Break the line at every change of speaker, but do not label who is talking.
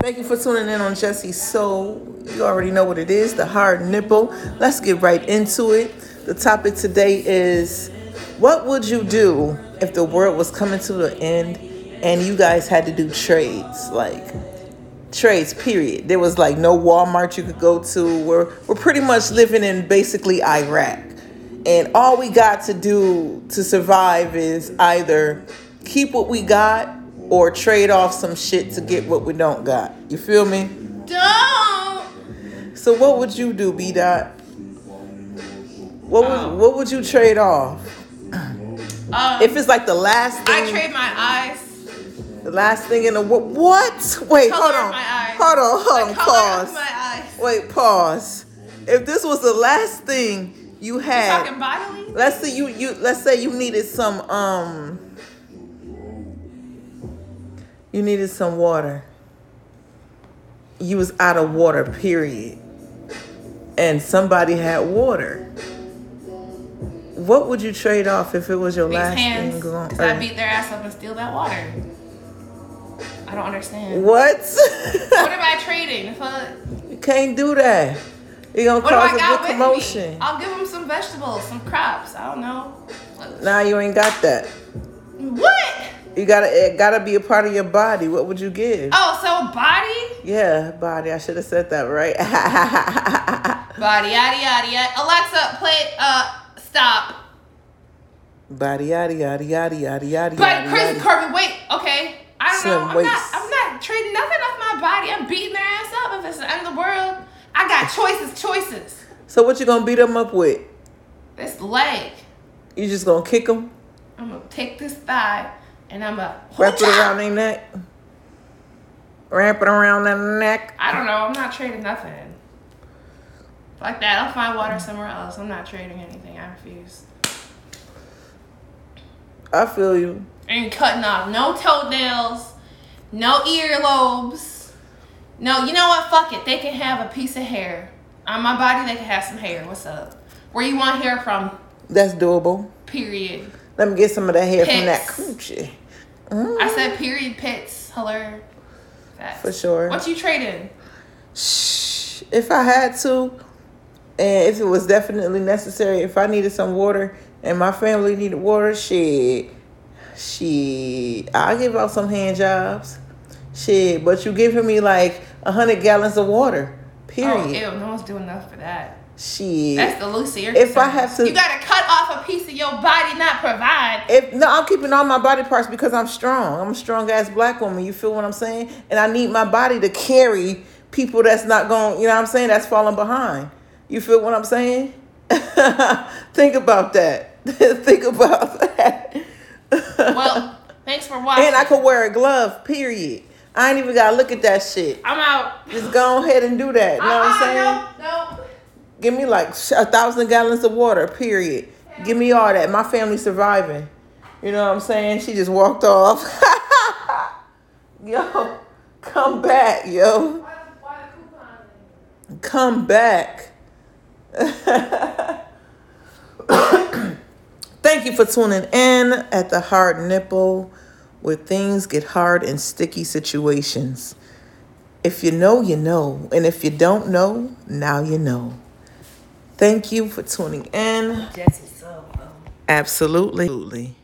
Thank you for tuning in on Jesse Soul. You already know what it is the hard nipple. Let's get right into it. The topic today is what would you do if the world was coming to an end and you guys had to do trades? Like, trades period there was like no walmart you could go to we're, we're pretty much living in basically iraq and all we got to do to survive is either keep what we got or trade off some shit to get what we don't got you feel me
Don't.
so what would you do b dot what would, what would you trade off
Um,
if it's like the last thing
I trade my eyes.
the last thing in the world what wait
Color
hold
of
on
my eyes.
hold on hold
the
on
color
pause
of my eyes.
Wait, pause. If this was the last thing you
Talking
had,
bodily.
let's say you you let's say you needed some um you needed some water. You was out of water, period. And somebody had water. What would you trade off if it was your
These
last
hands.
thing on
'cause I
earth?
beat their ass up and steal that water. I don't understand.
What?
What am I trading? Fuck.
you can't do that. You're gonna
What do I
cause a
got
big
with
commotion.
me? I'll give them some vegetables, some crops. I don't know. Like,
Now you ain't got that.
What?
You gotta it gotta be a part of your body. What would you give?
Oh, so body,
Yeah, body. I should have said that right.
body, yada yada yada. Alexa, play. Uh, stop.
body yada yada yada yada yada
But
yada.
Chris
yada.
Kirby, wait, okay. I don't
Slim
know. I'm
waist.
not. I'm not trading nothing off my body. I'm beating their ass up if it's the end of the world. I got choices, choices.
So what you gonna beat them up with?
This leg,
You just gonna kick them,
I'm gonna take this thigh and I'm gonna
wrap it around their neck, wrap it around their neck.
I don't know. I'm not trading nothing. Like that, I'll find water somewhere else. I'm not trading anything. I refuse.
I feel you.
And cutting off no toenails, no earlobes. No, you know what? Fuck it. They can have a piece of hair. On my body, they can have some hair. What's up? Where you want hair from?
That's doable.
Period.
Let me get some of that hair from that
Picks.
coochie. Mm-hmm,
I said period pits. Hello. Facts.
For sure.
What you trading?
Shh. If I had to, and if it was definitely necessary, if I needed some water and my family needed water, shit, shit, I'll give out some hand jobs. Shit, but you giving me like a hundred gallons of water,
Oh,
period.
ew, no one's doing enough for that.
shit.
That's the Lucy.
If I have to-
you gotta cut off a piece of your body, not provide.
if no, I'm keeping all my body parts because I'm strong. I'm a strong ass black woman. You feel what I'm saying? And I need my body to carry people that's not going. You know what I'm saying? That's falling behind. You feel what I'm saying? Think about that. Think about that.
Well, thanks for watching.
and I could wear a glove. Period. I ain't even gotta look at that shit.
I'm out. Uh-uh,
Just go ahead and do that. You know what I'm saying?
I'm saying?
Give me like sh- a thousand gallons of water, period. Give me all that. My family's surviving. You know what I'm saying? She just walked off. yo, come back, yo. Come back. Thank you for tuning in at the Hard Nipple, where things get hard in sticky situations. If you know, you know. And if you don't know, now you know. Thank you for tuning in.
No. Jesse's so.
Absolutely.